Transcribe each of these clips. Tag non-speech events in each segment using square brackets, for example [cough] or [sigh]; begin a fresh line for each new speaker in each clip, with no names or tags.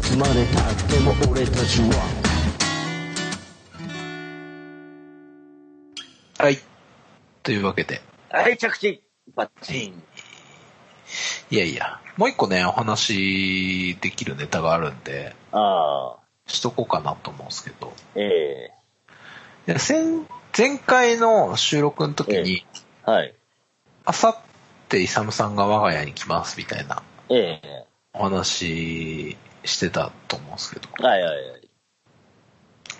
つまでなくても俺たちは
はい。というわけで。
はい、着地バッチン
いやいや。もう一個ね、お話できるネタがあるんで、
ああ、
しとこうかなと思うんですけど。
ええ
いや先前回の収録の時に、
はい。
あさってイサムさんが我が家に来ますみたいな
ええ
お話してたと思うんですけど、
はいはいはい。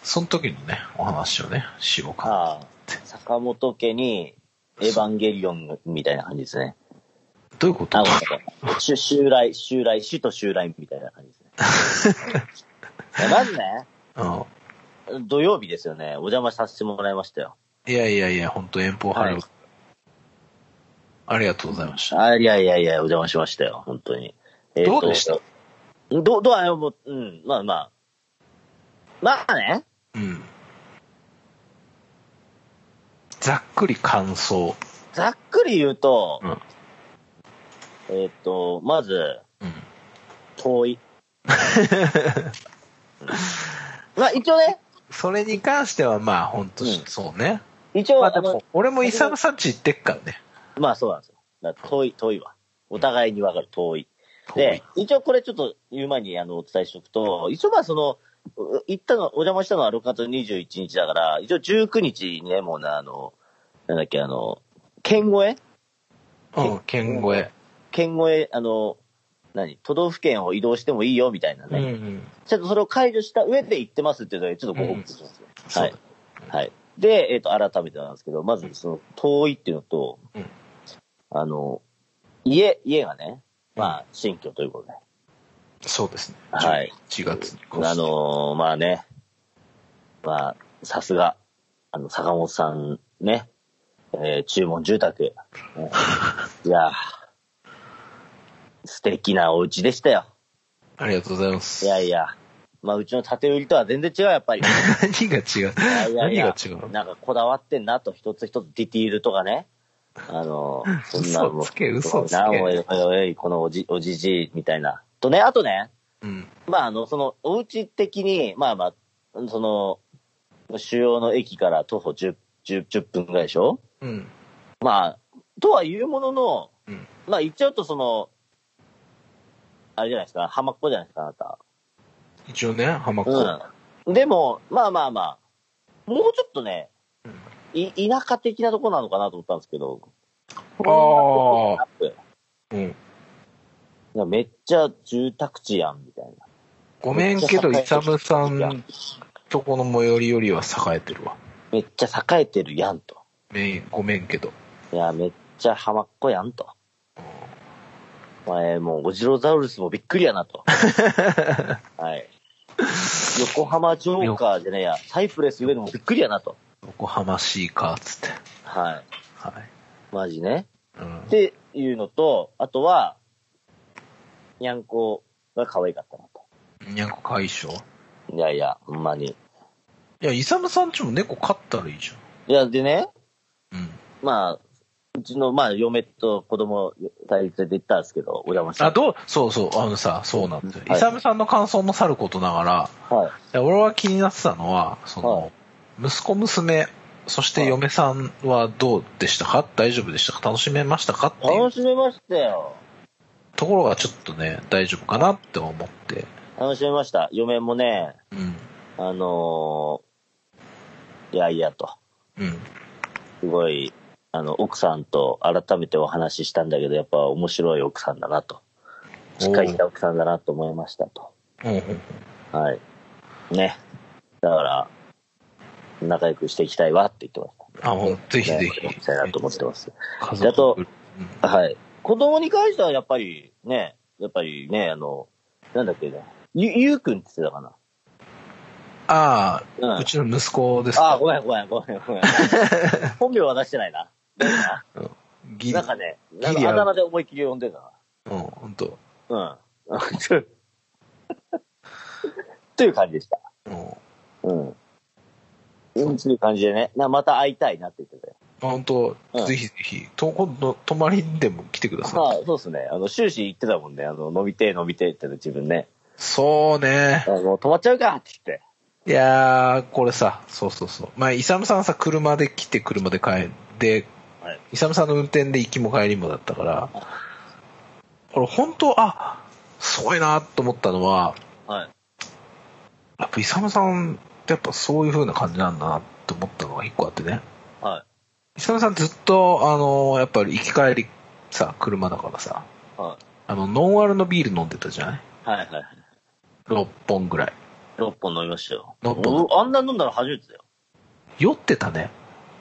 その時のね、お話をね、しようかな。
ああ、坂本家に、エヴァンゲリオンみたいな感じですね。
どういうこと
あ、ごめ
[laughs]
んなさい。しゅ襲来、襲来、死と襲来みたいな感じ
[laughs]
ですね。いやまずね、
うん
土曜日ですよね。お邪魔させてもらいましたよ。
いやいやいや、本当遠方はる、
はい
ありがとうございました。
あいやいやいや、お邪魔しましたよ、本当に。えーと
どうでした
ど、どう、あもう、うん、まあまあ。まあね、
うん。ざっくり感想。
ざっくり言うと、
うん
えっ、と、まず、
うん。[laughs]
遠い。うんまあ一応ね、
それに関しては、まあ、本当、
うん
そうね。
一応、
ま
あ
あ、でも
の、
俺もイサムさんち行ってっからね。
まあそうなんですよ。だから遠い、遠いわ。お互いにわかる、遠い。
遠い
で、一応これちょっと言う前にあのお伝えしておくと、一応まあその、う行ったの、お邪魔したのは6月21日だから、一応19日にね、もうな、あの、なんだっけ、あの、県越え
うん、県越
県越え、あの、何都道府県を移動してもいいよ、みたいな
え。
ね。
うんうん。
ちょっとそれを解除した上で行ってますっていうので、ちょっとご報告しますね。
そう
は
だ
い。はい。で、えっ、と、改めてなんですけど、まず、その、遠いっていうのと、
うん
あの、家、家がね、まあ、新居ということで。
そうですね。
はい。
1月に越して
あのーまあね、まあ、さすが、あの、坂本さんね、えー注文住宅。
[laughs]
ねいやー素敵なお家でしたよ。
ありがとうございます。
いやいや。まあ、うちの建て売りとは全然違う、やっぱり。
何が違う
いやいやいや
何が違うの
なんかこだわってんなと、一つ一つディティールとかね。
[laughs]
あの、そんなも
嘘つけ嘘つけ
なおいおいおい、このおじ、おじじい、みたいな。とね、あとね、
うん。
まああの、その、お家的に、まあまあ、その、主要の駅から徒歩10、10, 10分ぐらいでしょ
うん。
まあ、とは言うものの、
うん
まあ一応とその、あれじゃないですか、浜っ子じゃないですか、あなた。
一応ね、浜っ子。
うん。でも、まあまあまあ、もうちょっとね、い田舎的なとこなのかなと思ったんですけど、
ああ。うん。
いやめっちゃ住宅地やん、みたいな。
ごめんけど、
めっ
イ
ちゃ
サムさ
いや
んとこの最寄りよりは栄えてるわ。
めっちゃ栄えてるやんと。
めんごめんけど。
いや、めっちゃ浜っ子やんと。お前、もう、オジロザウルスもびっくりやな [laughs] と。はい。横浜ジョーカーじゃねえや、サイプレス上でもびっくりやなと。
横浜シーカーっつって。
は。
はい
マジね。
い。うん
っ。ていうのと、あとは、にゃんこが可愛かったなと。
にゃんこ解消
いやいや、ほんまに。
いや、イサムさんちも猫飼ったらいいじ
いや、でね、
ゃん。うん。
まあ、うちの、まあ、嫁と子供、二人連れて行ったんですけど、お邪魔して。
あ、どうそうそう、あのさ、そうなんですよ。
はい
イサムさんの感想もさることながら
はい。
いや、俺は気になってたのは、その、
はい
息子、娘、そして
はい
嫁さんはどうでしたか大丈夫でしたか楽しめましたかっていう
楽しめましたよ。
ところがちょっとね、大丈夫かなって思って。
楽しめました。嫁もね、
うん。
あのーいやいやと、
うん。
すごい、あの、奥さんと改めてお話ししたんだけど、やっぱ面白い奥さんだなと。しっかりした奥さんだなと思いましたと。
うんうん。
はい。ね。だから、仲良くしていきたいわって言ってました。
あ、もう、ぜひ
[laughs]
ぜ
ね
ひ。
したいなと思ってます。
家
であと
族。うん
はい。子供に関してはやっぱりね、やっぱりね、あの、なんだっけね、ゆ、ゆうくんって言ってたか
あ
な。
あ、
う。
うんちの息子です
あ
か
あ、ごめんごめんごめん [laughs] ごめん。本名は出してないな。
ギリ。
なんかね、なん
ギリ
か
あ
あ
る
だ名で思いっきり呼んでたな。
うん、ほんと。
うん。 [laughs] という感じでした。
うん。
うん。うん、という感じでね、なまた会いたいなって言ってたよ。
本当、
うん
ぜひぜひ、と今度、泊まりにでも来てください。
まあ、そうですね。あの、終始言ってたもんね。あの、飲みてえ飲みてえってね自分ね。
そうね
あ。もう止まっちゃうかって言って。
いやー、これさ、そうそうそう。まあ、イサムさんさ、車で来て車で帰って、
はい
イサムさんの運転で行きも帰りもだったから、俺本当、あ、すごいなと思ったのは、
はい。
やっぱイサムさんってやっぱそういう風な感じなんだなと思ったのが一個あってね。
は
イサムさんずっと、あの、やっぱり行き帰りさ、車だからさ、
い。は
あの、ノンアルのビール飲んでたじゃない
い。はいはい。
?6 本ぐらい。
6本飲みましたよ。
六本
おあんな飲んだの初めてだよ。
酔ってたね。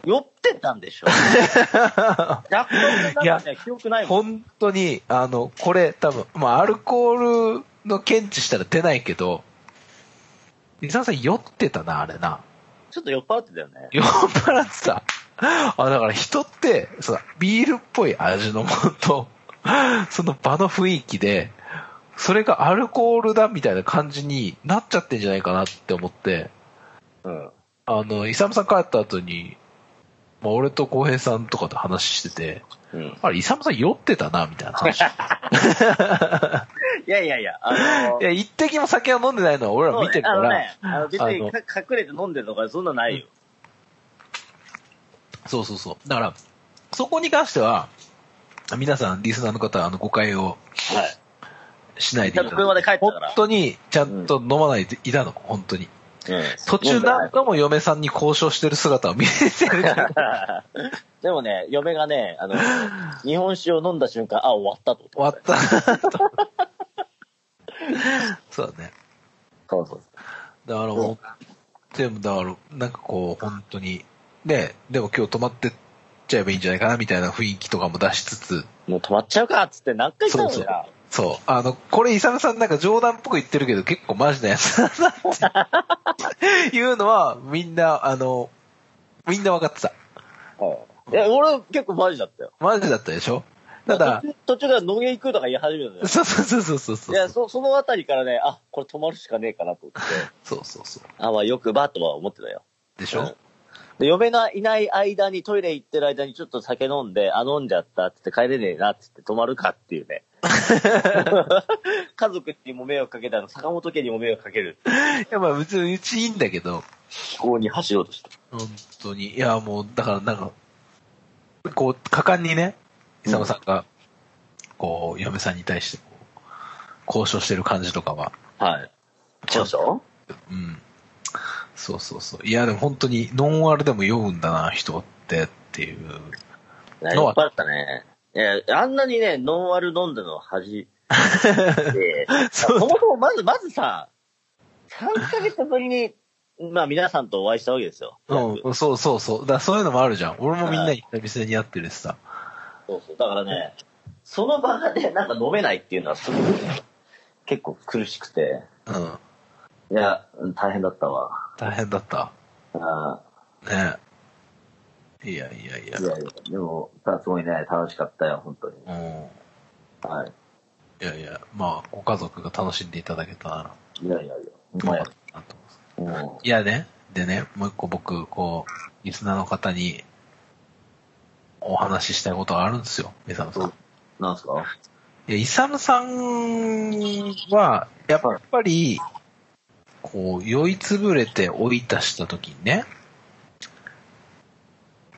酔ってたん
[laughs]
でしょ若干
い
な
や
んかね、記憶ないもん。
本当に、あの、これ多分、まあ、アルコールの検知したら出ないけど、伊沢さん酔ってたな、あれな。
ちょっと酔っ払ってたよね。
酔っ払ってた。あ、だから人って、そのビールっぽい味のものと、その場の雰囲気で、それがアルコールだみたいな感じになっちゃってんじゃないかなって思って、
うん。
あの、イサムさん帰った後に、まあ、俺と浩平さんとかと話してて、
うん。
あれ、イサムさん酔ってたな、みたいな話。い
いやいやいや、あのー、
や、一滴も酒は飲んでないのは俺ら見てるか
そう
ら、
ねあのね、あの別にか隠れて飲んでるとか、そんなないよ。
そうそうそう。だから、そこに関しては、皆さん、リスナーの方、あの、誤解を
はい。
しないで
ちゃ
い
ん
た
と車
だ
で帰ってた
本
から。
当に、ちゃんと飲まないでいたの、本当に。途中何度も嫁さんに交渉してる姿を見せてる
[laughs]
から。
うん。でもね、嫁がね、
[laughs]
あの、日本酒を飲んだ瞬間、あ、終わったと。
終わったなと。そうだね。
そうそう。
だからもう、でもだから、なんかこう、本当に、ね、でも今日泊まってっちゃえばいいんじゃないかな、みたいな雰囲気とかも出しつつ、
もう止まっちゃうかっつって何回言ったの
そう
よ
そ
な。
そう。あの、これ、イサムさんなんか冗談っぽく言ってるけど、結構マジなやつだな
[laughs]
って、いうのは、みんな、あの、みんな分かってた。
うんいや、俺結構マジだったよ。
マジだったでしょただ
途、中途中から農芸行くとか言い始めたのよ。
そうそうそうそうそ。
いうや、そ、そのあたりからね、あ、これ止まるしかねえかなと思って、
[laughs] そうそうそう。
あ、まあよくばとは思ってたよ。
でしょ、
うんで、嫁がいない間に、トイレ行ってる間にちょっと酒飲んで、あ、飲んじゃったってって帰れねえなってって泊まるかってい
[laughs]
うね。 [laughs] 家族にも迷惑かけたの、坂本家にも迷惑かける。
いや、まあ、うち、うちいいんだけど、
気候に走ろうとした。
本当に。いや、もう、だからなんか、こう、果敢にね、イサムさんが、こう、嫁さんに対してこう、交渉してる感じとかは、
はい。そうでしょ
うん。そうそうそう。いや、でも本当に、ノンアルでも酔うんだな、人って、っていう。
いや酔っ払ったね。え、あんなにね、ノンアル飲んだの恥。で、そ
[laughs] そう
もそもまず、まずさ、3ヶ月ぶりに、まあ皆さんとお会いしたわけですよ。
うん、そうそうそう。だからそういうのもあるじゃん。俺もみんなに久々に会ってるしさ。
そうそう。だからね、その場でなんか飲めないっていうのはすごくね結構苦しくて、
うん。
いや、大変だったわ。
大変だった。
あ
ねいやいやいや。
ーいやいや、でも、さすごいね、楽しかったよ、本当に。
うん。
はい。
いやいや、まあ、ご家族が楽しんでいただけたら、
いやいやいや、う
まあ
まい。
なと思います
うん
いやね、でね、もう一個僕、こう、リスナーの方に、お話ししたいことがあるんですよ、イサムさん。い
なんすか
や、イサムさんは、やっぱり、こう、酔いつぶれて追い出した時にね、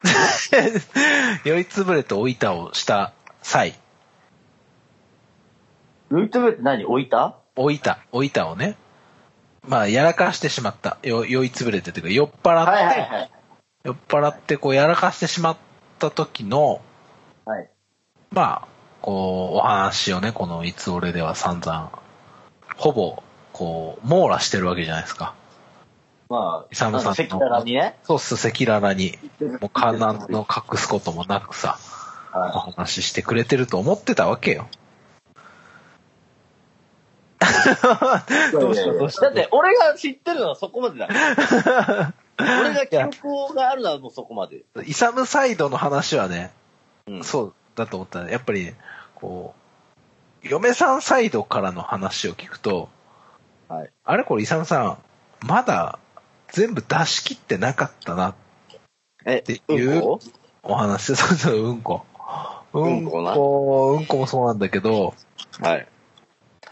[laughs] 酔いつぶれて追いたをした際、
ルイトベって何置いた
追いた、追いたをね、まあ、やらかしてしまった。よ酔いつぶれてというか、酔っ払って、
はいはいはい。
酔っ払ってこうやらかしてしまった時の、
はい。
まあ、こう、お話をね、このいつ俺では散々、ほぼ、こう、網羅してるわけじゃないですか。
まあ、
イサムさんの
赤裸々にね。
そうすると赤裸々
[laughs]
に、もうカナンの隠すこともなくさ、お
は
話ししてくれてると思ってたわけよ。
い。
どうしたどうした
だって、俺が知ってるのはそこまで
[laughs]
だから。俺が記憶があるのはもうそこまで。
イサムサイドの話はね、
うん
そうだと思ったら、やっぱり、こう、嫁さんサイドからの話を聞くと、
はい。
あれこれイサムさん、まだ全部出し切ってなかったな
え
ていう
うんこ
お話で、 [laughs] そうそう、うんこ。う
うん
ん
こな
こ、うんこもそうなんだけど、
はい。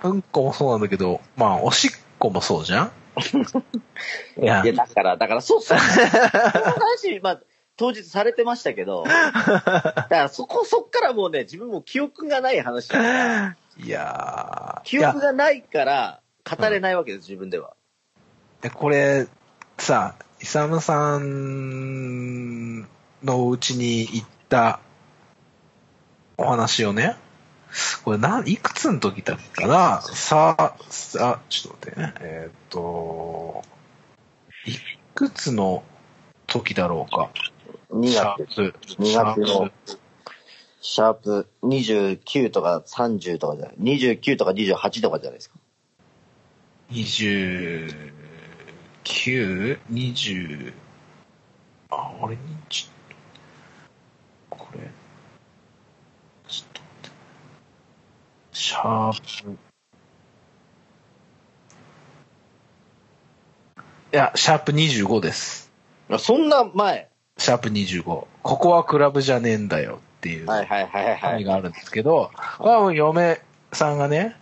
うんこもそうなんだけど、まあ、おしっこもそうじゃんい
い
や
や、だから、だから、そうっ
[laughs]
すよね。この話、まあ、当日されてましたけど、だからそこ、そっからもうね、自分も記憶がない話。
いやー。
記
いや
憶がないから、語れないわけです、自分では。
で、これ、さ、イサムさんのうちに行ったお話をね、これなん、いくつの時だったかなさ、さ、ちょっと待ってね、えーっと、いくつの時だろうか。
2
シャ
月
ー、プ、シ
2
ャ
月
ー
の
プ、
シャープ29とか30とかじゃない、29とか28とかじゃないですか。
29、20、あ、俺に、ちょっと、これ、ちょっと待って、シャープ、いや、シャープ25です。
あそんな前。
シャープ25。ここはクラブじゃねえんだよっていう。
はいはいはいは
回
い。
があるんですけど、これはもう嫁さんがね、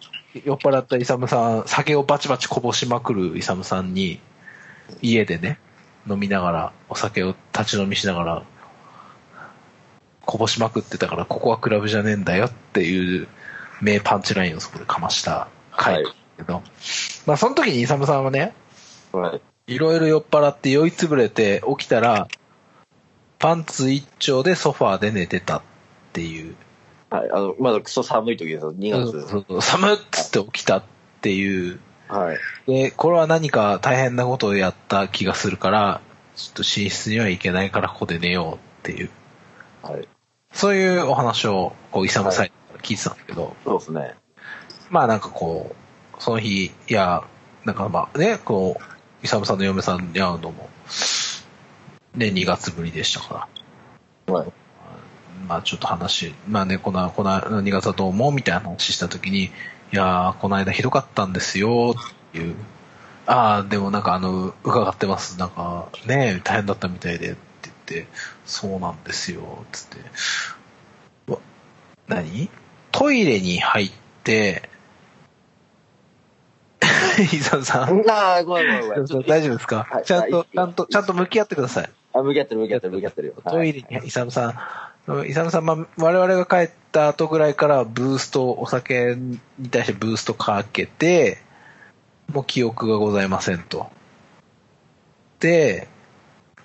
酔っ払ったイサムさん、酒をバチバチこぼしまくるイサムさんに、家でね、飲みながら、お酒を立ち飲みしながら、こぼしまくってたから、ここはクラブじゃねえんだよっていう名パンチラインをそこでかました回なんですけど、まあその時にイサムさんはね、
はい
いろいろ酔っ払って酔いつぶれて起きたら、パンツ一丁でソファーで寝てたっていう
はい。あの、まだクソ寒い時ですよ、2月。
そうそう寒っつって起きたっていう。
はい。
で、これは何か大変なことをやった気がするから、ちょっと寝室には行けないからここで寝ようっていう。
はい。
そういうお話を、こう、イサムさんから聞いてたんだけど、
そうですね。
まあなんかこう、その日、いや、なんかまあね、こう、イサムさんの嫁さんに会うのも、ね、2月ぶりでしたから。
はい。
まあちょっと話、まあね、この、この2月はどうも、みたいな話したときに、いやー、この間ひどかったんですよ、っていう。ああ、でもなんかあの、伺ってます。なんか、ね、大変だったみたいで、って言って、そうなんですよ、つって。うわ何トイレに入って、 [laughs] 伊沢さん、
ああ、ごめんごめんごめん。ちょっと
大丈夫ですか、
はい
ちゃん
は
と
い、
ちゃんと、ちゃんと向き合ってください。
あ、向き合ってる向き合ってる向き合ってるよ。
トイ
レ。
レに、イサムさん、イサムさん、まあ、我々が帰った後ぐらいからブースト、お酒に対してブーストかけて、もう記憶がございませんと。で、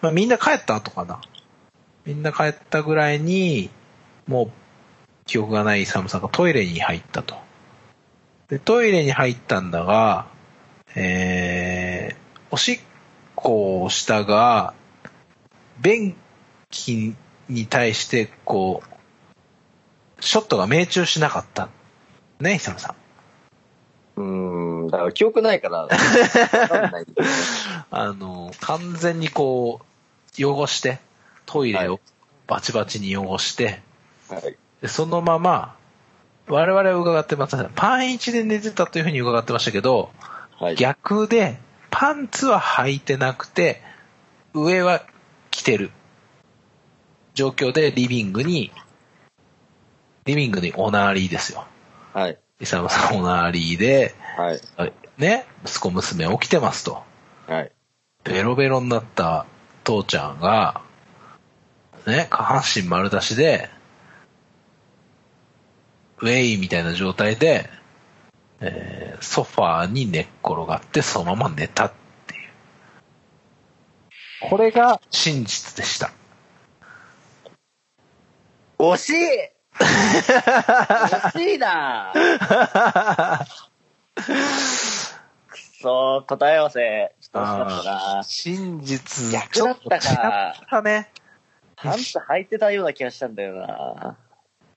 まあ、みんな帰った後かな。みんな帰ったぐらいに、もう記憶がないイサムさんがトイレに入ったと。で、トイレに入ったんだが、えー、おしっこをしたが、便器に対して、こう、ショットが命中しなかった。ね、久野さん。
うーん、だから記憶ない [laughs] から、わかんないんだよね
あの、完全にこう、汚して、トイレ
は
をバチバチに汚して、
はい。
でそのまま、我々は伺ってました。パン1で寝てたというふうに伺ってましたけど、
はい。
逆で、パンツは履いてなくて、上は着てる。状況でリビングに、リビングにおなりですよ。
はい。
イサムさんおなりで、
はい。
ね、息子娘起きてますと。
はい。
ベロベロになった父ちゃんが、ね、下半身丸出しで、ウェイみたいな状態で、えーソファーに寝っ転がってそのまま寝たっていう。これが真実でした。
惜 [laughs] しい惜しい [laughs] なくそー、答え合わせ。ちょっと惜しかったな
真実。
逆だったか
ちょっと違ったね。
パンツ履いてたような気がしたんだよな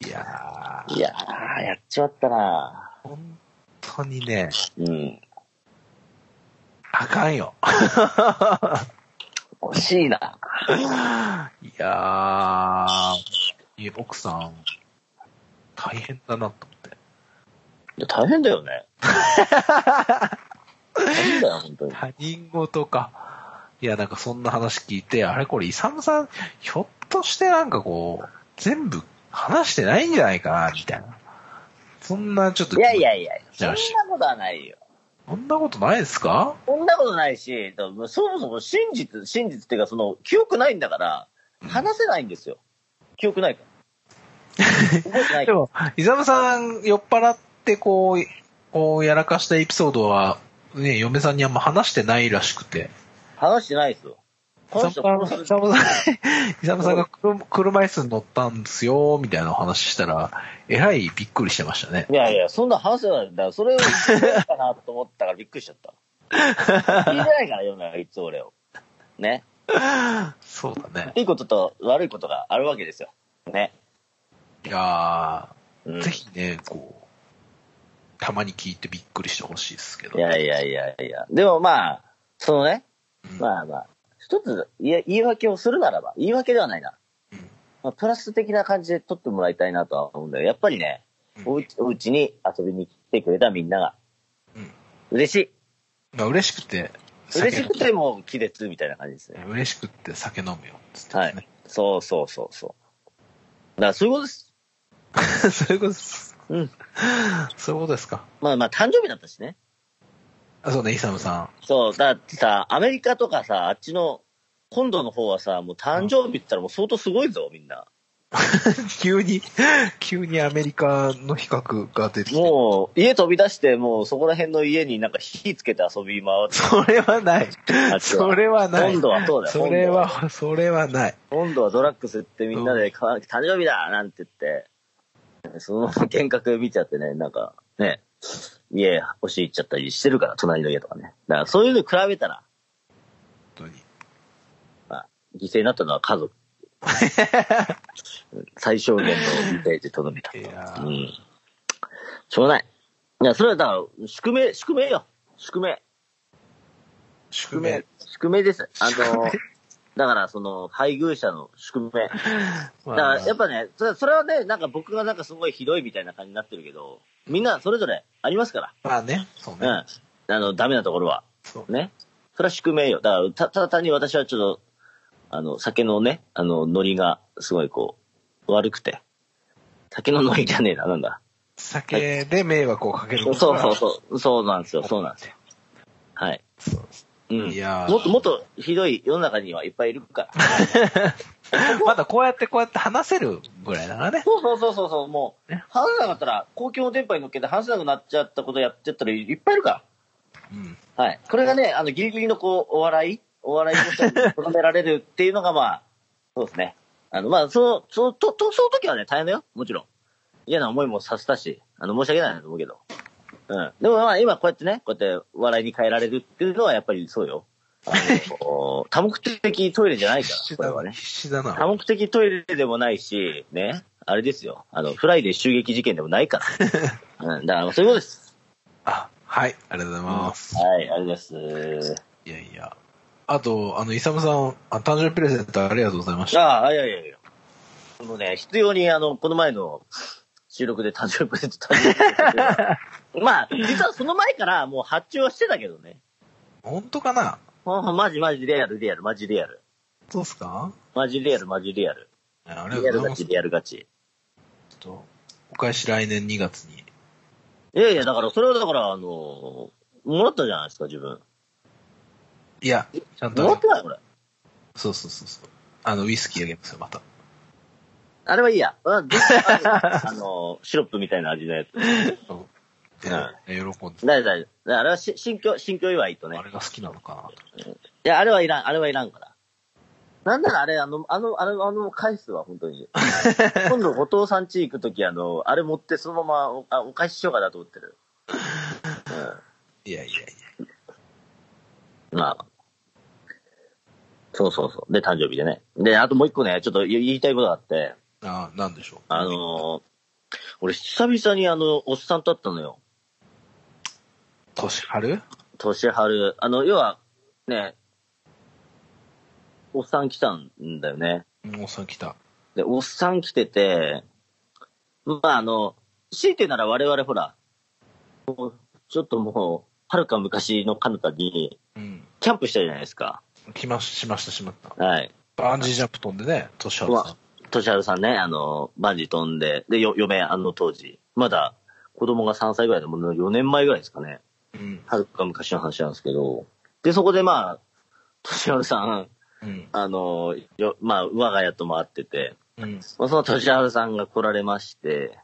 い
やー
いやー、やっちまったな
本当にね、
うん。
あかんよ。
惜しいない
やー、いや奥さん、大変だなと思って。
いや大変だよね。大変だよ、本当に。
他人事か。いや、なんかそんな話聞いて、あれこれ、イサムさん、ひょっとしてなんかこう、全部話してないんじゃないかな、みたいな。そんなちょっと、
いやいやいやい
じ
そん
ゃあ
なことはないよ。
そんなことないですか
そんなことないし、だからそもそも真実、真実っていうか、その、記憶ないんだから、話せないんですよ。記憶ないから。覚えてない
で
から。
も、伊沢さん、酔っ払ってこう、こうやらかしたエピソードは、ね、嫁さんにあんま話してないらしくて。
話してないですよ。この
伊
人
沢
殺
さん、伊
す。
沢さん伊沢さんが車車椅子に乗ったんですよ、みたいなお話したら、えらいびっくりしてましたね。
いやいや、そんな話せないんだ。それを言ってないかなと思ったからびっくりしちゃった。聞いてないから、世の中いつ俺を。ね。
そうだね。
いいことと悪いことがあるわけですよ。ね。
いや
う
ー、
ん
ぜひね、こう、たまに聞いてびっくりしてほしいですけど。
いやいやいやいや。でもまあ、そのね、
うん
まあまあ、一ついや言い訳をするならば、言い訳ではないな。
うん
まあ、プラス的な感じで取ってもらいたいなとは思うんだよ。やっぱりね、
うん
おうちおうちに遊びに来てくれたみんなが、
うん
嬉し
まあ嬉しくて、
い。嬉しく
酒
ても気絶みたいな感じですね。
嬉しくて酒飲むよ。つってね
はい。そうそうそうそう。だからそういうことです。
[laughs] そういうことです。
うん。
そういうことですか。
まあまあ、誕生日だったしね。
あ、そうね、イサムさ
そう、だってさ、アメリカとかさ、あっちの、今度の方はさ、もう誕生日って言ったらもう相当すごいぞ、みんな。
ん。急に、急にアメリカの比較が出てきて。
もう、家飛び出して、もうそこら辺の家になんか火つけて遊び回って。
それはない
あ。違う
それはない。
今度はそうだよ
それは、それはない。
今度はドラッグス行ってみんなで、か誕生日だなんて言って、そのまま幻覚見ちゃってね、なんか、ね、家押し入っちゃったりしてるから、隣の家とかね。だからそういうの比べたら、
本当に。
犠牲になったのは家
[laughs]
族。最小限の犠牲でとどめた。
いや
う
ー
ん。しょうがない。いや、それはだから、宿命、宿命よ。宿命。
宿
宿
命
命。。宿命です。あの、だから、その、配偶者の宿命。だか
まあ
ら、やっぱね、それそれはね、なんか僕がなんかすごいひどいみたいな感じになってるけど、みんなそれぞれありますか
まあね、そうね。
ら。うん。あの、ダメなところは。
そう
ね。それは宿命よ。だから、たただ単に私はちょっと、あの、酒のね、あの、ノリがすごいこう、悪くて。酒のノリじゃねえな、なんだ。
酒で迷惑をかける
そ
こ
う
と
そう
が
そう。そうなんですよ、そうなんですよ。はい。
そう
うん。
いやー
もっともっとひどい世の中にはいっぱいいるから。
[laughs] まだこうやってこうやって話せるぐらいだからね。
そうそうそうそうそう、もう
ね、
話せなかったら、公共の電波に乗っけて話せなくなっちゃったことやってったらいっぱいいるか
うん。
ら。はい。これがね、あの、ギリギリのこう、お笑いお笑いとしてとどめられるっていうのが、まあ、 [laughs] そうですね。あの、まあ、その、その、と、と、その時はね、大変だよ。もちろん。嫌な思いもさせたし、あの、申し訳ないなと思うけど。うん。でもまあ、今こうやってね、こうやって笑いに変えられるっていうのは、やっぱりそうよ。あの、
[laughs]
多目的トイレじゃないか
必
ら、
死
これ
だ
はね
[laughs] な。。必死だ
多
な。
目的トイレでもないし、ね、あれですよ。あの、フライデー襲撃事件でもない
[laughs]
から。うん、だからそういうことです。
あ、はい、ありがとうございます。
はい、ありがとうございます。
いやいや。あと、あの、イサムさん、あ誕生日プレゼントありがとうございました。
ああ、いやいやいや。もうね、必要に、あの、この前の収録で誕生日プレゼント誕生日プレゼントっていうのはまあ、実はその前からもう発注はしてたけどね。
本当かな
あマジマジリアル、リアル、マジリアル。
そうっすか
マジリアル、マジリアル。
いやあり
リ
がと
アル
うござい
ガ
ます
チ、。リアルガチ。
ちょっとお返し来年2月に。
いやいや、だから、それはだから、あの、もらったじゃないですか、自分。
いや、ちゃんとあ
も
げ
らってない、これ。
そうそうそうそう。あの、ウイスキーあげますよ、また。
あれはいいや。うんであの、 [laughs] シロップみたいな味のやつ。
そうで喜んで。
だいだい。あれはし新居、新居祝いとね
あ。れが好きなのかなと。
いや、あれはいらん、あれはいらんから。なんならあれ、あの、あの、あの、あの返すわ、本当に。今度、後藤さん家行くとき、あの、あれ持ってそのままおあお返ししようかなと思ってる。
いやいやいや。
うん。まあ。そうそうそう。で、誕生日でね。で、あともう一個ね、ちょっと言いたいことがあって、
あなんでしょう。
あのー俺、久々にあの、おっさんと会ったのよ。
年春
年春、あの、要は、ね、おっさん来たんだよね。
もうさん来た。
で、おっさん来てて、まあ、あの、強いて言うなら我々ほら、もうちょっともう、はるか昔の彼方に、
うん。
キャンプしたじゃないですか。
来まし、しました、しまった。
はい。
バンジージャンプ飛んでね、年春
う
さ
わ年春さんね、あの、バンジー飛んで、で、よ、嫁、あの当時、まだ、子供が3歳ぐらいで、もう4年前ぐらいですかね。
うん。
はるか昔の話なんですけど。で、そこでまあ、としはるさん、
うん。
あの、よまあ、我が家とも会ってて、
うん。
まあ、そのとしはるさんが来られまして、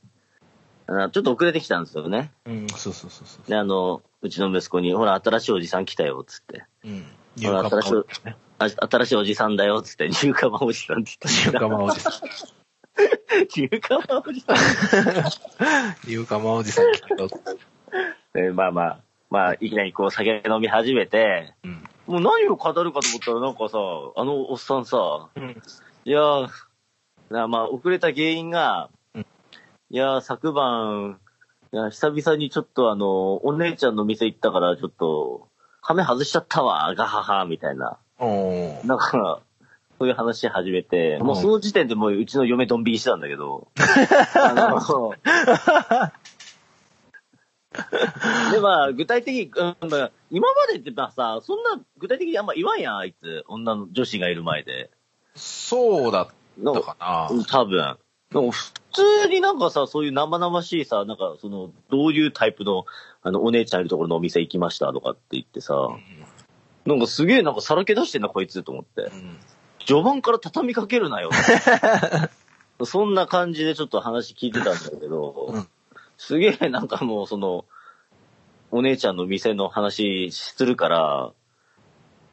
あちょっと遅れてきたんですよね。
うん。そうそうそうそう。
で、あの、うちの息子に、ほら、新しいおじさん来たよ、つって。
うん。ニュ
ほら
ーカマ
新
ー
しいあ新しいおじさんだよ、つって、ニューカマおじさんって言
ニュ
っ
ー
たら
カマおじさん。
ニューカマおじさ [laughs] ん。
ニューカマおじさん来たよ。
で、まあまあ、まあ、いきなりこう酒飲み始めて、
うん。
もう何を語るかと思ったらなんかさ、あのおっさんさ、
うん。
いやー、なまあ遅れた原因が、
うん
いやー、昨晩、いや久々にちょっとあの、お姉ちゃんの店行ったからちょっと、ハメ外しちゃったわ、ガハハ、みたいな。
おー。
なんか、そういう話し始めて、もうその時点でもううちの嫁ドン引きしてたんだけど。あの、で、まあ、具体的に、うんまあ今までってまあさ、そんな具体的にあんま言わんやん、あいつ。女の女子がいる前で。
そうだっ
な
た
んか、
かな
うん多分。なんか普通になんかさ、そういう生々しいさ、なんかその、どういうタイプの、あの、お姉ちゃんいるところのお店行きましたとかって言ってさ、なんかすげえなんかさらけ出してんな、こいつと思って。
うん。
序盤から畳みかける
[laughs]
なよ。そんな感じでちょっと話聞いてたんだけど、
うん
すげえなんかもうその、お姉ちゃんの店の話するから、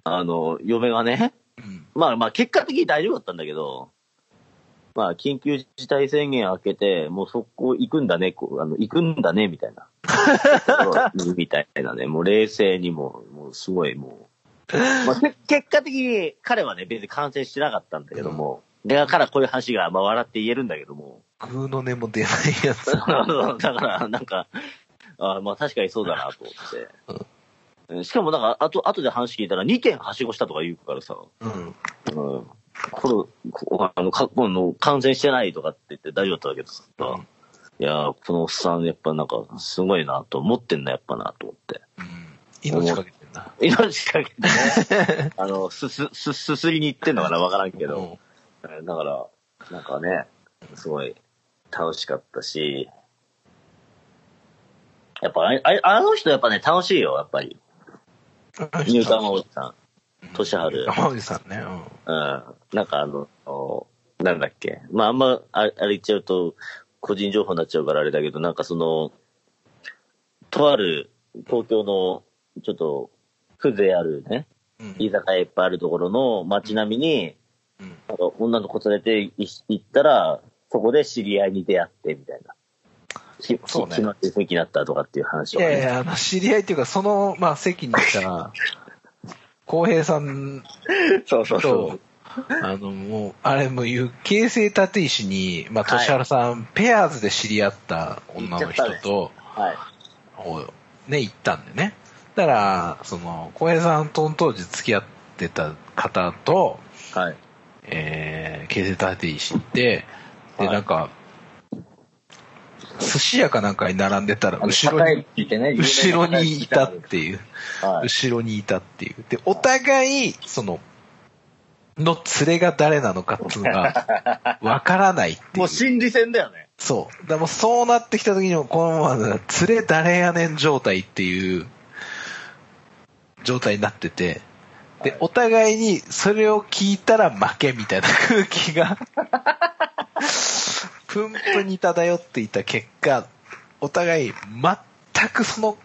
あの、嫁がね、
うん。
まあまあ結果的に大丈夫だったんだけど、まあ緊急事態宣言明けて、もうそこ行くんだね、こうあの行くんだね、みたい [laughs] な。みたいなね、もう冷静にもう、もうすごいもう。まあ、け結果的に彼はね、別に感染してなかったんだけども、だからこういう話が、まあ笑って言えるんだけども、 [laughs]
グーの音も出ないやつ。
だからなんか、あまあ確かにそうだなと思って。うんしかもなんか、あと、後で話聞いたら2件はしごしたとか言うからさ、
うん。
うんコロ、こあの、過去の感染してないとかって言って大丈夫だったわけですから、
うん
いやー、このおっさん、やっぱなんか、すごいなと思ってんな、やっぱなと思って。
うん。命かけてんな。
命かけてね、あの、す、す、す、すすりに行ってんのかなわからんけど、うんだから、なんかね、すごい楽しかったし、やっぱあれ、あれあの人やっぱね、楽しいよ、やっぱり。
うん。
ニューカマおじさん、としはる。
山内さんね。うん。
うんなんかあの、おなんだっけ。まああんま、ああれ言っちゃうと、個人情報になっちゃうからあれだけど、なんかその、とある東京の、ちょっと、風情あるね、
うん
居酒屋いっぱいあるところの街並みに、
うん
なんか女の子連れてい行ったら、そこで知り合いに出会って、みたいな。ひ
そうね
ひ暇って雰囲気になったとかっていう話
い
をね、
やいや、あの、知り合いっていうか、その、まあ、席にい
[laughs]
た、浩平さん
そうそうそ
と
う。、
あの、もう、あれも言う、形成立石に、まあ、
はい
年原さん、ペアーズで知り合った女の人
行っちゃった
と、
はい。
をね、行ったんでね。だから、その、浩平さんと当時付き合ってた方と、
はい。
えー、京成立石行って、で、
はい
なんか、寿司屋かなんかに並んでたら、後ろに、
に、ね
後ろにいたっ。ていう。
はい。
後ろにいたっていう。で、お互い、その、の連れが誰なのかっていうの
[laughs]
が、わからないってい
も
う
う。心理戦だよね。
そう。でもうそうなってきた時にも、このまま、連れ誰やねん状態っていう、状態になってて、で、お互いにそれを聞いたら負けみたいな空気が、 [laughs] プンプンに漂っていた結果、お互い全くその、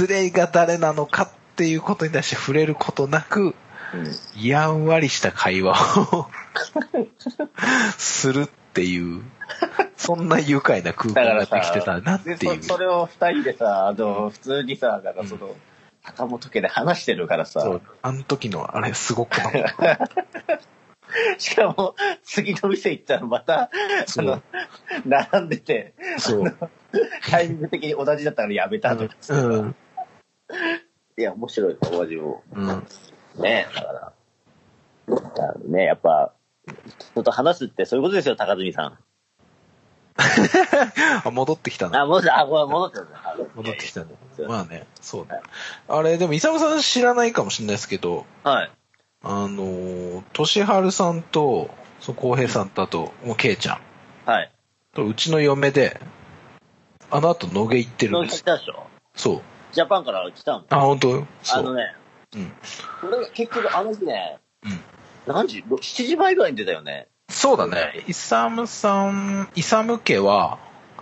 連れが誰なのかっていうことに対して触れることなく、やんわりした会話をするっていう、そんな愉快な空間ができてたなって
で
いう。
そそれを二人でさ、あの、普通にさ、なんかその、坂本家で話してるから
そ
さ
う、あの時のあれすごくな
しかも、次の店行ったらまた、
そ
あ
う
の、並んでて、
そう。
タイミング的に同じだったからやめたとか。
うん。
いや、面白い、お味も。
うん。
ねだから。
だからね、やっぱ、人と話すってそういうことですよ、高住さん。
あ、戻ってきたな。
あ、戻って、あ、ごめん、戻ってるね。
戻ってきたね
そう。
まあね、そうね。あれ、でも、イサムさん知らないかもしれないですけど、
はい。
あのー、としはるさんと、そう、こうへいさんと、あと、もう、けいちゃん
はい。
と、うちの嫁で、あの後、野毛行ってるん
の
で
来
す。
たでしょ
そう。
ジャパンから来たん
あ、本当そ
あの
う。
ね、
うん。
これが結局あの日ね、何時 ?7 時前ぐらいに出たよね。
そうだね。イサムさん、イサム家は、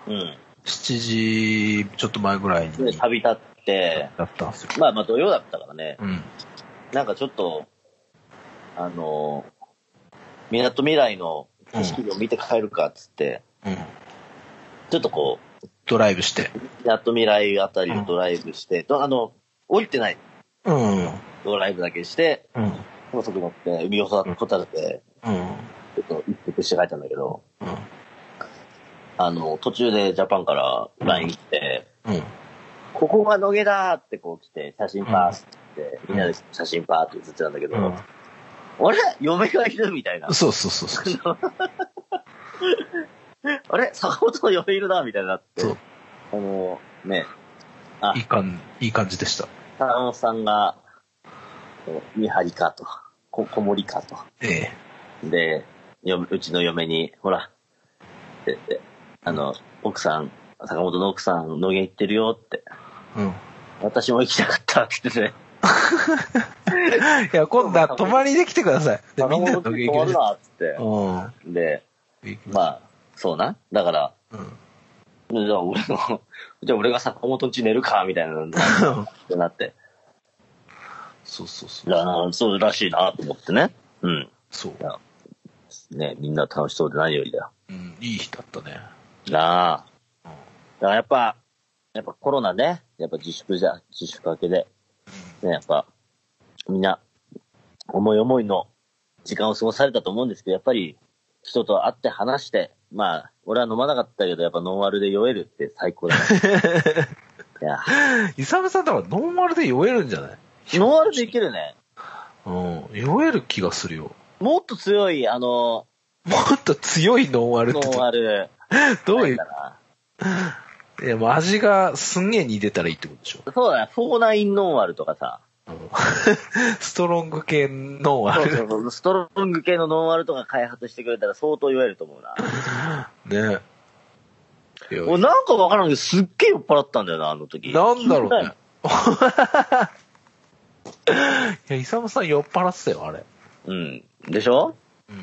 うん。
7時ちょっと前ぐらいに
で、旅立って、
だったんですよ。
まあまあ土曜だったからね、
うん。
なんかちょっと、あのー、港未来の景色を見て帰るかっつって、
うん。
ちょっとこ
ドライブして。
う、港未来あたりをドライブして、とあの、降りてない
うん。うん。
ドライブだけして、
うん。
高速乗って、海を育てて、
うん。
ちょっと一服して帰ったんだけど、あの、途中でジャパンから LINE 来て、
うん。
ここが野毛だーってこう来て、写真パーって言って、みんなで写真パーって写ってたんだけど、
うん。
あれ嫁がいるみたいな。
そうそうそうそう。
あれ坂本の嫁いるなみたいになって。
そう
あの、ね、
いい感じ、いい感じでした。
坂本さんが、こう見張りかと、こ、こもりかと。
ええ。
で、ようちの嫁に、ほら、って言って、あの、奥さん、坂本の奥さん、野毛行ってるよって。
うん。
私も行きたかったって言ってね。
いや、今度は泊まりで来てください。で、
坂
みんな
本
の
泊
劇
ま
場
る
で。
なって
う
言って。
ん。
で、まあ、そうな。だから、
うん。
じゃあ俺の、 [laughs] じゃあ俺が坂本んち寝るか、みたいな、ってなって。
[laughs] そうそうそう。
らそうらしいなと思ってね。うん。
そう。
ね、みんな楽しそうで何よりだよ。
うん、いい日だったね。
なあ。だからやっぱ、やっぱコロナね、やっぱ自粛じゃ、自粛明けで、ね、やっぱ、みんな、思い思いの時間を過ごされたと思うんですけど、やっぱり、人と会って話して、まあ、俺は飲まなかったけど、やっぱノンアルで酔えるって最高だな。いや、
イサムさんだからノンアルで酔えるんじゃない
ノンアルでいけるね。
うん。酔える気がするよ。
もっと強い、あの、
もっと強いノンアルって
ノンアル。
どう
ないいうか、な。
いやもう味がすんげえ似てたらいいってことでしょ。
そうだね、49ノンアルとかさ、
うんストロング系ノンア
そう
ル。
そうそうストロング系のノンアルとか開発してくれたら相当言われると思うな。
ね。いや
俺なんかわからんけど、すっげえ酔っ払ったんだよな、あの時。
なんだろうね。 [laughs] いや、イサムさん酔っ払ってたよ、あれ。
うん。でしょ
うん。
だ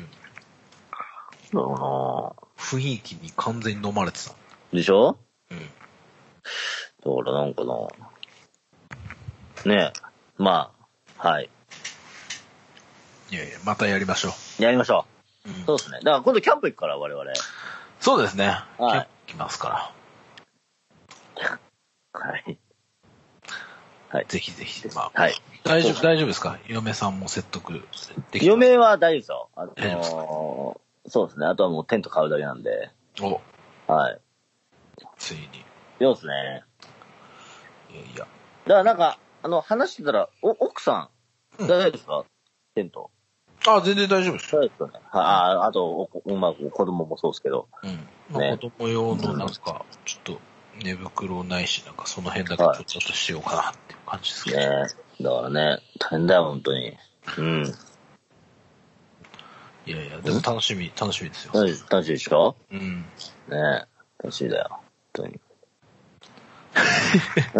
か
雰囲気に完全に飲まれてた。
なでしょ
うん。
だからなんかなねえ。まあ、はい。
いやいや、またやりましょう。
やりましょ
うん
う。そうですね。だから今度キャンプ行くから、我々。
そうですね。
い
キャンプ来ますから。
はい。
ぜひぜひ。まあ、
はい。
大丈夫、大丈夫ですか嫁さんも説得できた
嫁は大丈夫です
大丈夫です
よ。あのーそうですね。あとはもうテント買うだけなんで。
お、
はい。
ついに。
そうですね。
いやいや。
だからなんか、あの、話してたら、お、奥さん、
うん
大丈夫ですか、テント。
あ、全然大丈夫ですよ。
そうですよね。はい、あ、あと、おおまあ、子供もそうですけど。
うん。まあ、子供用のなんか、ちょっと寝袋ないし、なんかその辺だけちょ
は
っと
い
ちょっとしようかなっていう感じですけど。
ねだからね、大変だよ、本当に。うん。
いやいや、でも楽しみ、楽しみですよ。
楽しい、楽しいでしょ
うん。
ね楽しいだよ、本
[laughs]
当に。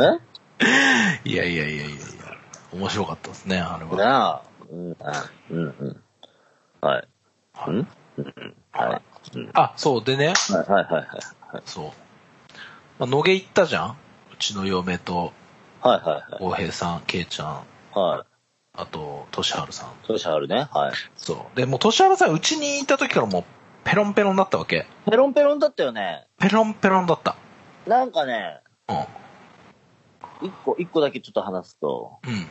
いやいやいやいやいや。面白かったですね、あれ
え
は。
なあ。うん、あうん、うん。はい。うんうんうんはい。
あ、そう、でね、
はい、はい、はい。はい、
そう。まあ、野毛行ったじゃんうちの嫁と、
はい、はい
浩平さん、ケイちゃん、
はい。は
あと、としはるさん。
い。トシハルね。はい。
そう。で、もう、としはるさん、うちにいた時からもう、ペロンペロンだったわけ。
ペロンペロンだったよね。
ペロンペロンだった。
なんかね、
うん。
一個、一個だけちょっと話すと、
うん。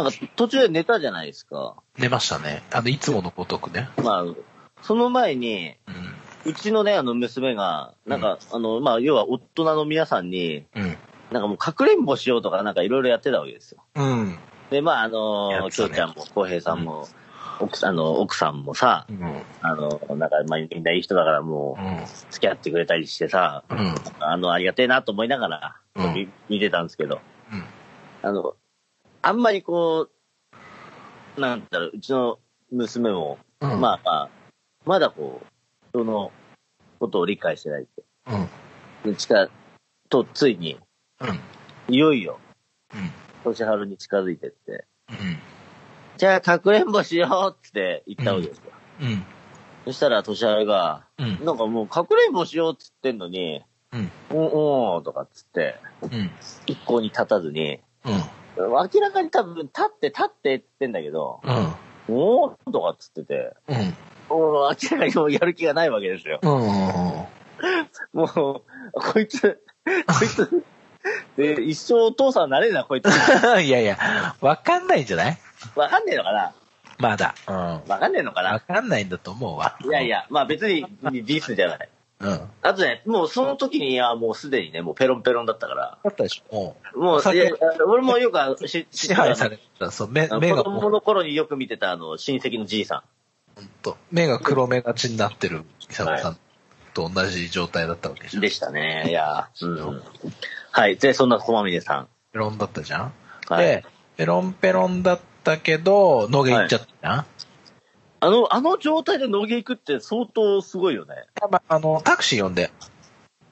なんか途中で寝たじゃないですか。
寝ましたね。あの、いつものごとくね。
まあ、その前に、
う
うちのね、あの娘が、なんか、あの、まあ、要は大人の皆さんに、
ん。うん。
なんかもう、かくれんぼしようとか、なんかいろいろやってたわけですよ。
うん。
で、まあ、あの
やっ
ー、
て
き
た
ょ
ね
うちゃんも、こうへいさんも、奥さん、あの、奥さんもさ
う、ん。
あの、なんか、まあ、みんないい人だから、も
うん。
う、付き合ってくれたりしてさ、
うん。
あの、ありがてえなと思いながら、
うん
見見てたんですけど、あの、あんまりこう、なんだろう、うちの娘も、
うん。
まあまあ、まだこう、人のことを理解してないって。
あ。うん。
近、と、ついに、
うん。
いよいよ、
うん。
年春に近づいてって、
うん。
じゃあ、かくれんぼしようって言ったわけですよ。
うん。
そしたら、年春が、
うん。
なんかもう、かくれんぼしようって言ってんのに、
うん。
うん、うん、とかっつって、
うん。
一向に立たずに、
うん。
明らかに多分、立って、立ってって言ってんだけど、
うん。
おーとかっつってて、
うん。
もう明らかにもうやる気がないわけですよ。
うん。
もう、こいつ、こいつ、で、一生お父さんになれるな、こいつ。
いやいや、わかんないんじゃない
わかんねえのかな
まだ。うん。わ
わかんねえのかな
かんないんだと思うわ。
いやい。や、まあ別にディスじゃない。
うん。だ
あとね、もうその時にはもうすでにね、もうペロンペロンだったから、
ったでしょ。
も
お
う、
酒
いや俺も
[laughs]
よくし知
支
ってた
配されてた。そう、目、
あの
目
子
が
供
も
の頃によく見てたあの親戚のじいさ
う、と、目が黒目がちになってる、伊沢さんと同じ状態だったわけじゃ
ん
ん。
でしたね。いや、うん。はい。で、そんなこまみねさん。
ペロンだったじゃん。
はい
で、ペロンペロンだったけど、野毛行っちゃったじゃん。
あの、あの状態で野毛行くって相当すごいよね。
まあ、あの、タクシー呼んで。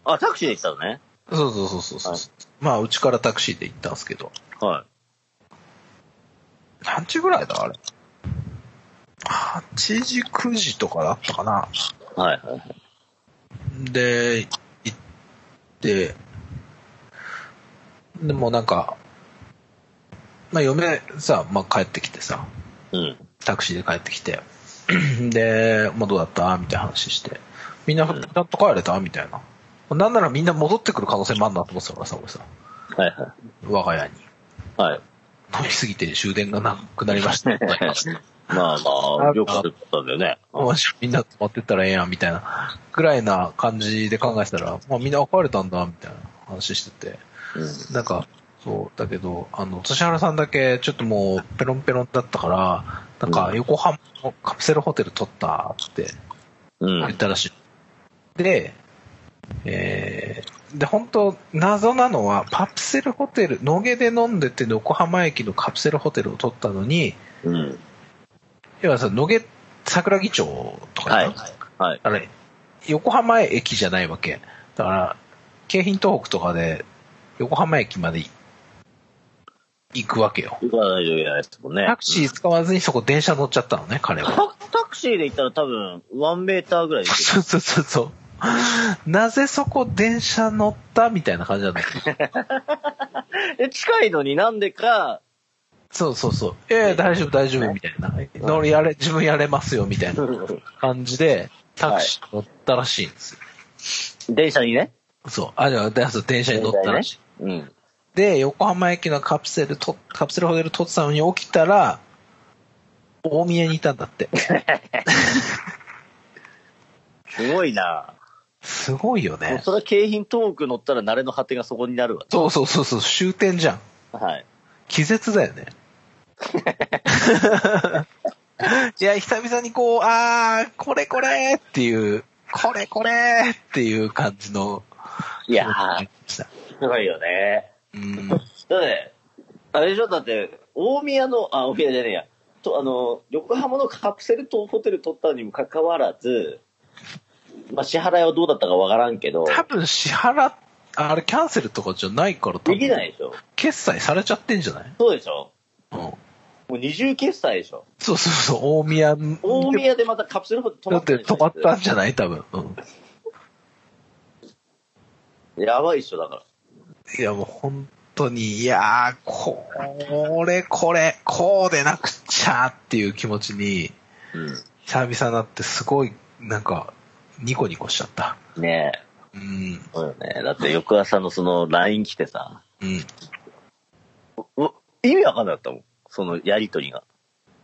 あ、タクシーで行ったのね。
そうそうそうそうそう。
はい
まあ、うちからタクシーで行ったんですけど。
は
何時ぐらいだあれ。8時、9時とかだったかな。
い。はいはいはい。
で、行って、でもなんか、まあ嫁さ、まあ帰ってきてさ、
うん。
タクシーで帰ってきて、 [clears throat] で、もうどうだったみたいな話して、みんな、ちゃんと帰れたみたいな。なんならみんな戻ってくる可能性もあるなと思ってたからさ、俺さ、
はいは
我が家に。
い。はい。
飲みすぎて終電がなくなりました。
[laughs] まあまあ、よくあることだよね。
もしみんな泊まってったらええやん、みたいな、ぐらいな感じで考えてたら、まあみんな別れたんだ、みたいな話してて。
う
なんか、そう、だけど、あの、年原さんだけ、ちょっともう、ペロンペロンだったから、なんか、
うん
横浜のカプセルホテル取ったって
ん。う
言っ
ん。
たらしい。で、えー、で、本当謎なのは、カプセルホテル、野毛で飲んでて横浜駅のカプセルホテルを取ったのに、
うん。
要はさ、野毛桜木町とかさ、
はいはい。
あれ、横浜駅じゃないわけ。だから、京浜東北とかで、横浜駅までい行くわけよ。
行かないといけないですもんね。
タクシー使わずにそこ電車乗っちゃったのね、彼
[laughs]
は。
タタクシーで行ったら多分、ワンメーターぐらいで行
そうそうそうそう。なぜそこ電車乗ったみたいな感じなんだけど。
け
[laughs]
る。え、近いのになんでか、
そうそうそう。ええ大丈夫大丈夫みたいな。乗りやれ、自分やれますよみたいな感じで、タクシー乗ったらしいんですよ。
電車にね。
そう。あ、じゃあ、でそう電車に乗ったらしい。
うん。
で、横浜駅のカプセルと、カプセルホテル取ってたのに起きたら、大宮にいたんだって。
すごいな
すごいよ
もう
ね。
それは京浜東北乗ったら慣れの果てがそこになるわ。
そうそうそうそう、終点じゃん。
はい。
気絶だよ [laughs] ね。いや、久々にこう、あー、これこれっていう、これこれっていう感じの。
いや
ー
ー、。すごいよね。
うん。
だって、あれでしょだって、大宮の、あ、大宮じゃねえや。と、あの、横浜のカプセルとホテル取ったのにもかかわらず、まあ、支払いはどうだったかわからんけど、
多分支払、あれキャンセルとかじゃないから多
できな
分、
いでしょ
決済されちゃってんじゃない
そうでしょ
うん。
もう二重決済でしょ
そうそうそう、大宮。
大宮でまたカプセルホテ
だ
ル泊ま
っ
った
て
んでしょ
止まったんじゃない多分。うん。
やばいっしょ、だから。
いやもう本当に、いやー、これこれ、こうでなくちゃっていう気持ちに、
う
久々になってすごい、なんか、ニコニコしちゃった。
ん。ねえ。
うん、
そうよね。だって翌朝のその LINE 来てさ、
うん。
う意味わかんなかったもん。そのやりとりが。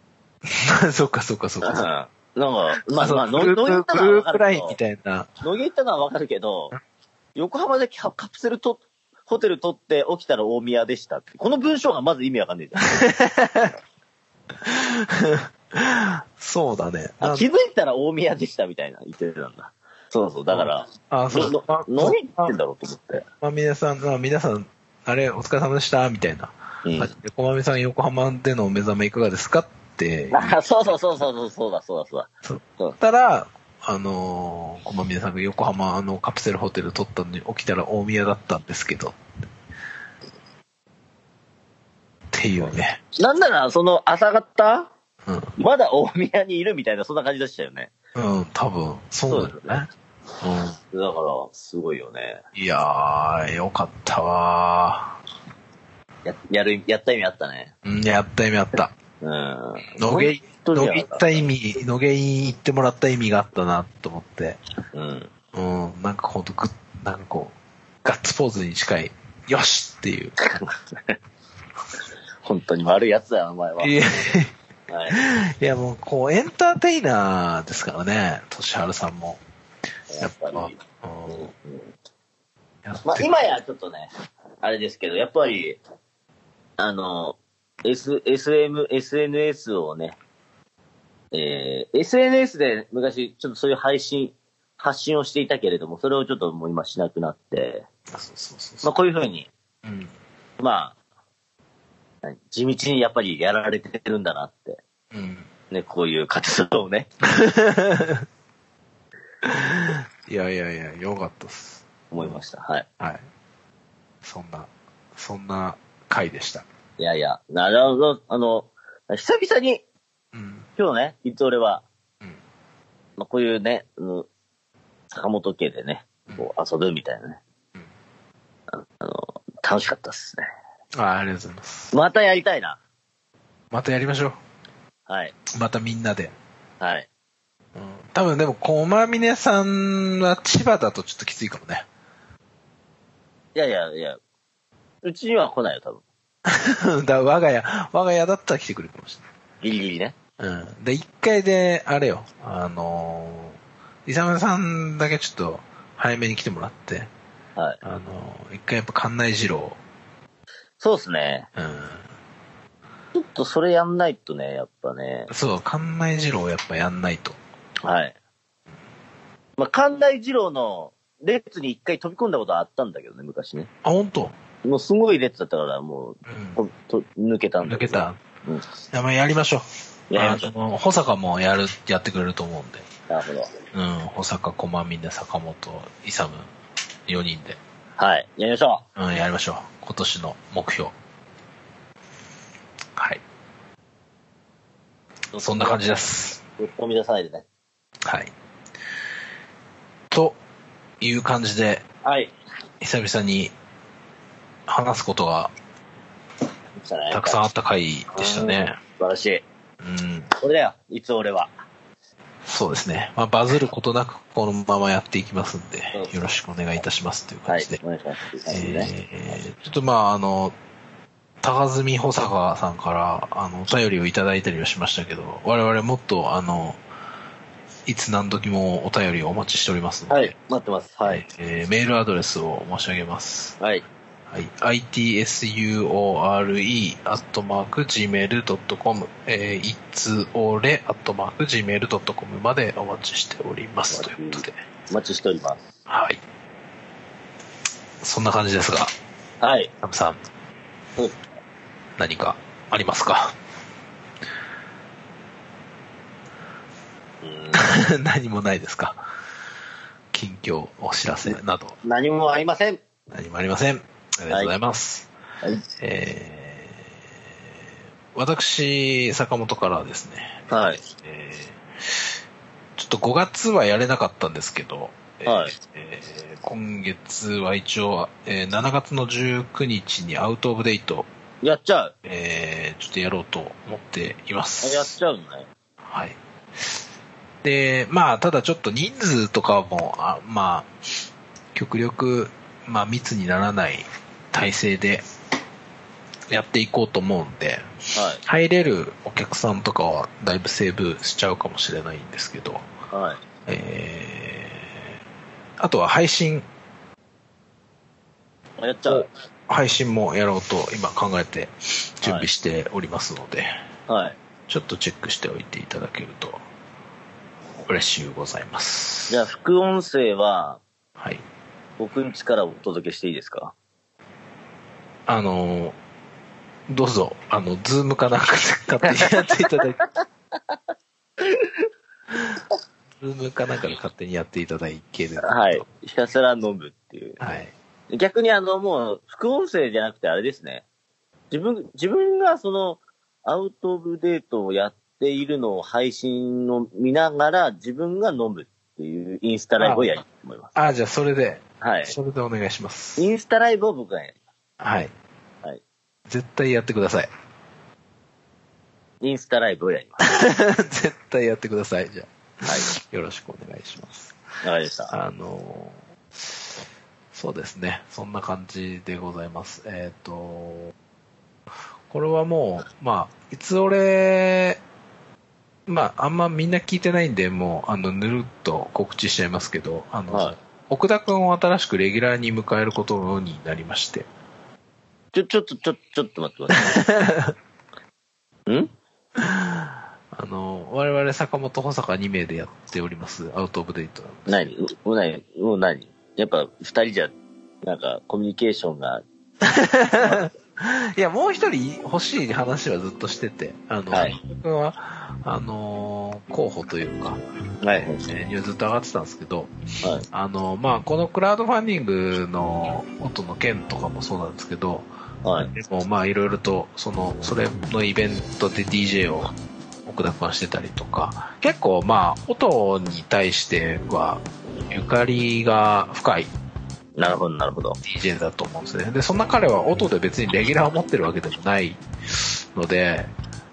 [laughs] そっかそっかそっ
なん
か。
か、まあまあ、
そう
の
グル
のげ
ープ、
たのは
グル
わ
ー
か
プ
る
ラ
け
インみ
ど、
たいな。
のげたのはわかるけど、横浜でカカプセルと、ホテル取って起きたら大宮でしたって。この文章がまず意味わかんないじ
そうだね。
ゃん。
な
あ
ん
気づいたら大宮でしたみたいな言ってたんだ。そうそう、だから、
あ、そう
の
ま
のげってんだろうと思って。
ま皆さん、あ皆さん、あれ、お疲れ様でした、みたいな。
うん。
で、こまみさん、横浜でのお目覚めいかがですかって言っ
あそうそうそうそうそうそうだそうだそうだ。
たら、あのー、駒峰さんが横浜のカプセルホテル取ったのに起きたら大宮だったんですけど。っていうね。
なんなら、その朝方
うん。
まだ大宮にいるみたいな、そんな感じでしたよね。
うん、多分、そうだよね。
だから、すごいよね。
うん。いやー、よかったわ
や、やる、やった意味あったね。
ー。うん、やった意味あった。
うん。
野毛、
本当に
野
や
毛行った意味、野毛行ってもらった意味があったなと思って。
うん。
うん、なんかほんとぐ、なんかこう、ガッツポーズに近い、よしっていう。
本当に悪いやつだよ、お前は。
いや、
はい。
いやもうこう、エンターテイナーですからね、としはるさんも。
やっぱ
うん
り。まあ、今やちょっとね、あれですけど、やっぱり、あの、S、SM、SNS をね、えー SNS で昔ちょっとそういう配信、発信をしていたけれども、それをちょっともう今しなくなって、
そうそうそう
ま
そ
あこういうふうに、
う。うん。
まあ、何地道にやっぱりやられてるんだなって、
うん。
ね、こういう活動をね、
いやいやいや、よかったっす。
思いました。はい。
はい。そんな、そんな回でした。
いやいや、なるほど、あの、久々に
うん。
今日ね、いつ俺は、
うん
まあ、こういうね、うん、坂本家でね、こう遊ぶみたいなね、
うん
ああの、楽しかったっすね。
あありがとうございます。
またやりたいな。
またやりましょ
はい。
う。またみんなで。
はい。
うん。多分でも、駒峰さんは千葉だとちょっときついかもね。 [laughs]
いやいやいや、うちには来ないよ、多分。
だから我が家、我が家だったら来てくれるかもし
ギリギリね。
れない。うん。で、一回で、あれよ、あのー、イサムさんだけちょっと早めに来てもらって、
はい。
あのー、一回やっぱ館内二郎、
そうっすね。
うん。
ちょっとそれやんないとね、やっぱね。
そう、館内二郎やっぱやんないと。
はい。まあ、神大二郎の列に一回飛び込んだことはあったんだけどね、昔ね。
あ、本当
もうすごい列だったから、も
う
う、とと抜けたん
ん。
だ
抜
け
け
ど。
た。
うん。
やばい、やりましょう。
やりましょう
あの、保坂もやる、やってくれると思うんで。
なるほど。
うん。保坂、駒峰、坂本、イサム、4人で。
はい。やりましょ
うん、やりましょう。今年の目標。はい。
う。
そんな感じです。
ぶっ込み出さないでね。
はい。という感じで、
はい。
久々に話すことがたくさんあった回でしたね。
素晴らしい。
うん。
これだよ。いつ俺は。
そうですね。まあ、バズることなくこのままやっていきますんで
そうで、す
よろしくお願いいたしますという
は
感
い
じで。。
お願いします。ね
えーちょっとまああの、高住保坂さんから、あの、お便りをいただいたりはしましたけど、我々もっと、あの、いつ何時もお便りをお待ちしておりますので、
はい。待ってます。はい。
えーメールアドレスを申し上げます。
はい。
はい、itsure.gmail.com、えー、itsore.gmail.com までお待ちしております。ということで、
お待ちしております。
はい。そんな感じですが、
はい。
ナムさん
うん、
何かありますか [laughs]
うん
何もないですか近況、お知らせなど、
何もありません。
何もありません。ありがとうございます。
はい。
えー、私、坂本からですね、
はい。
えーちょっと5月はやれなかったんですけど、えー
はい
えー今月は一応、えー7月の19日にアウトオブデート、
やっちゃう。
えーちょっとやろうと思っています。
やっちゃうのね。
はい。で、まあ、ただちょっと人数とかも、あまあ、極力、まあ、密にならない体制でやっていこうと思うんで、
は
入れるお客さんとかはだいぶセーブしちゃうかもしれないんですけど、
い。はい。
えー、あとは配信、
やっちゃう。
配信もやろうと今考えて準備しておりますので、
はい。
ちょっとチェックしておいていただけると嬉しゅうございます。
じゃあ、副音声は、
はい。
僕ん家からお届けしていいですか
あの、どうぞ、あの、ズー
[laughs]
ムかなんかで勝手にやっていただいて。ルームかなんかで勝手にやっていただいける。
はい。ひたすら飲むっていう。
はい。
逆にあの、もう、副音声じゃなくてあれですね。自分、自分がその、アウトオブデートをやっているのを配信を見ながら、自分が飲むっていうインスタライブをやりたいと思います。
ああ、じゃあそれで、
はい。
それでお願いします。
インスタライブを僕がやる。
はい。
はい。
絶対やってください。 [laughs]
インスタライブをやりま
絶対やってください。じゃ
す。
あ、よろしくお願いします。
はい。わかりました。
あのーそうですね。そんな感じでございます。えっ、と、これはもう、まあ、いつ俺、まあ、あんまみんな聞いてないんで、もう、あの、ぬるっと告知しちゃいますけど、あの、
はい
奥田くんを新しくレギュラーに迎えることになりまして、
ちょ、ちょっと、ちょ、ちょっと待ってください。ん
あの、我々坂本保坂2名でやっております、アウトオブデート。
何うもう何もう何やっぱ、二人じゃ、なんか、コミュニケーションが、
いや、もう一人欲しい話はずっとしてて、あの、
はい
僕は、あのー候補というか、
はい
えーにはずっと上がってたんですけど、
はい
あの、まあ、このクラウドファンディングの音の件とかもそうなんですけど、
はい。
でもまあ、いろいろと、その、それのイベントで DJ を奥田くんはしてたりとか、結構まあ、音に対しては、ゆかりが深い
なるほど、なるほど。
DJ だと思うんですね。で、そんな彼は音で別にレギュラーを持ってるわけでもないので、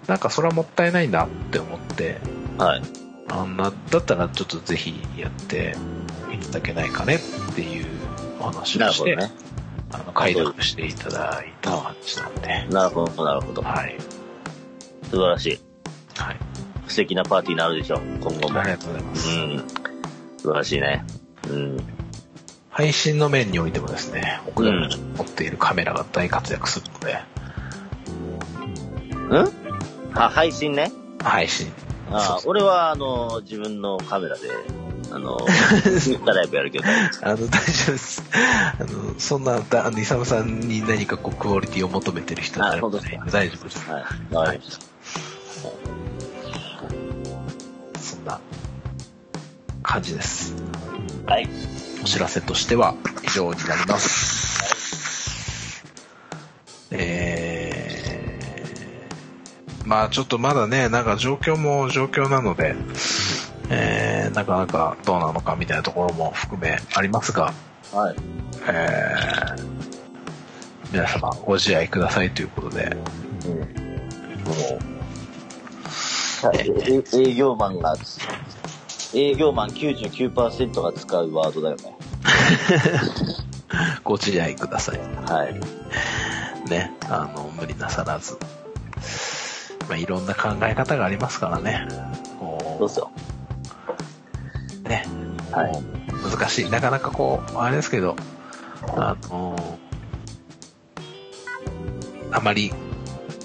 なんかそれはもったいないなって思って、
はい。
あんな、だったらちょっとぜひやっていただけないかねっていうお話
な
を
る
し
ほ
て、
どね。
あの、解読していただいた感じなんで、
なるほど、なるほど。
はい。
素晴らしい。
はい。
素敵なパーティーになるでしょう、今後も。
ありがとうございま
う
す。
ん。素晴らしいね。うん。
配信の面においてもですね、僕が持っているカメラが大活躍するので、
んあ、配信ね。
配信。
あ俺は、あの、自分のカメラで、あの、インスタライブやる [laughs] けど。
あの、大丈夫です。あの、そんな、だあの、イサムさんに何かこう、クオリティを求めてる人じゃな
あそう
く
で
て、
すか
大丈夫です。
はい。わかりまし
そんな感じです。
た。はい。
お知らせとしては以上になります。えー、まあちょっとまだね、なんか状況も状況なので、えー、なかなかどうなのかみたいなところも含めありますが、
はい。
えー、皆様ご自愛くださいということで、
うん。
もう
ええ営業マンが、営業マン99%が使うワードだよね。
ご自愛ください。
はい。
ね。あの、無理なさらず。まあ、いろんな考え方がありますからね。こ
どうぞ。
う、ね。
はい
こう難しい。なかなかこう、あれですけど、あの、あまり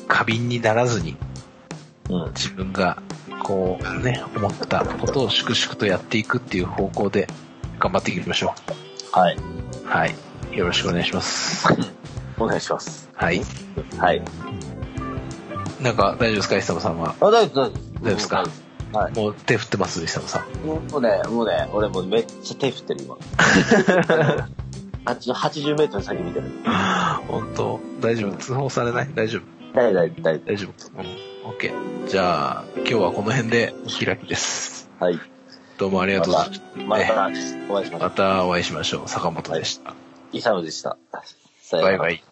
過敏にならずに
うん。
自分がこうね、思ったことを粛々とやっていくっていう方向で頑張っていきましょ
はい。
う。はい。よろしくお願いします。
お願いします。
はい。
はい。
なんか大丈夫ですか、久保さんは。
あ、大丈夫、大丈
夫ですか
はい。
もう手振ってます、久保さん。
もうね、もうね、俺もうめっちゃ手振って
[laughs]
る、今。あっちの80メートル先見てる。
本当大丈夫通報されない大丈夫
大丈夫、大丈
大丈夫うん ?OK。じゃあ、今日はこの辺で開きです。
夫。はい。
どうもありがとうございまし
ま
ね。
た、お会いしたましょ
またお会いしましょう。坂本でした。
う。イサムでした。さよ
バ
な
イ
ら
バイ。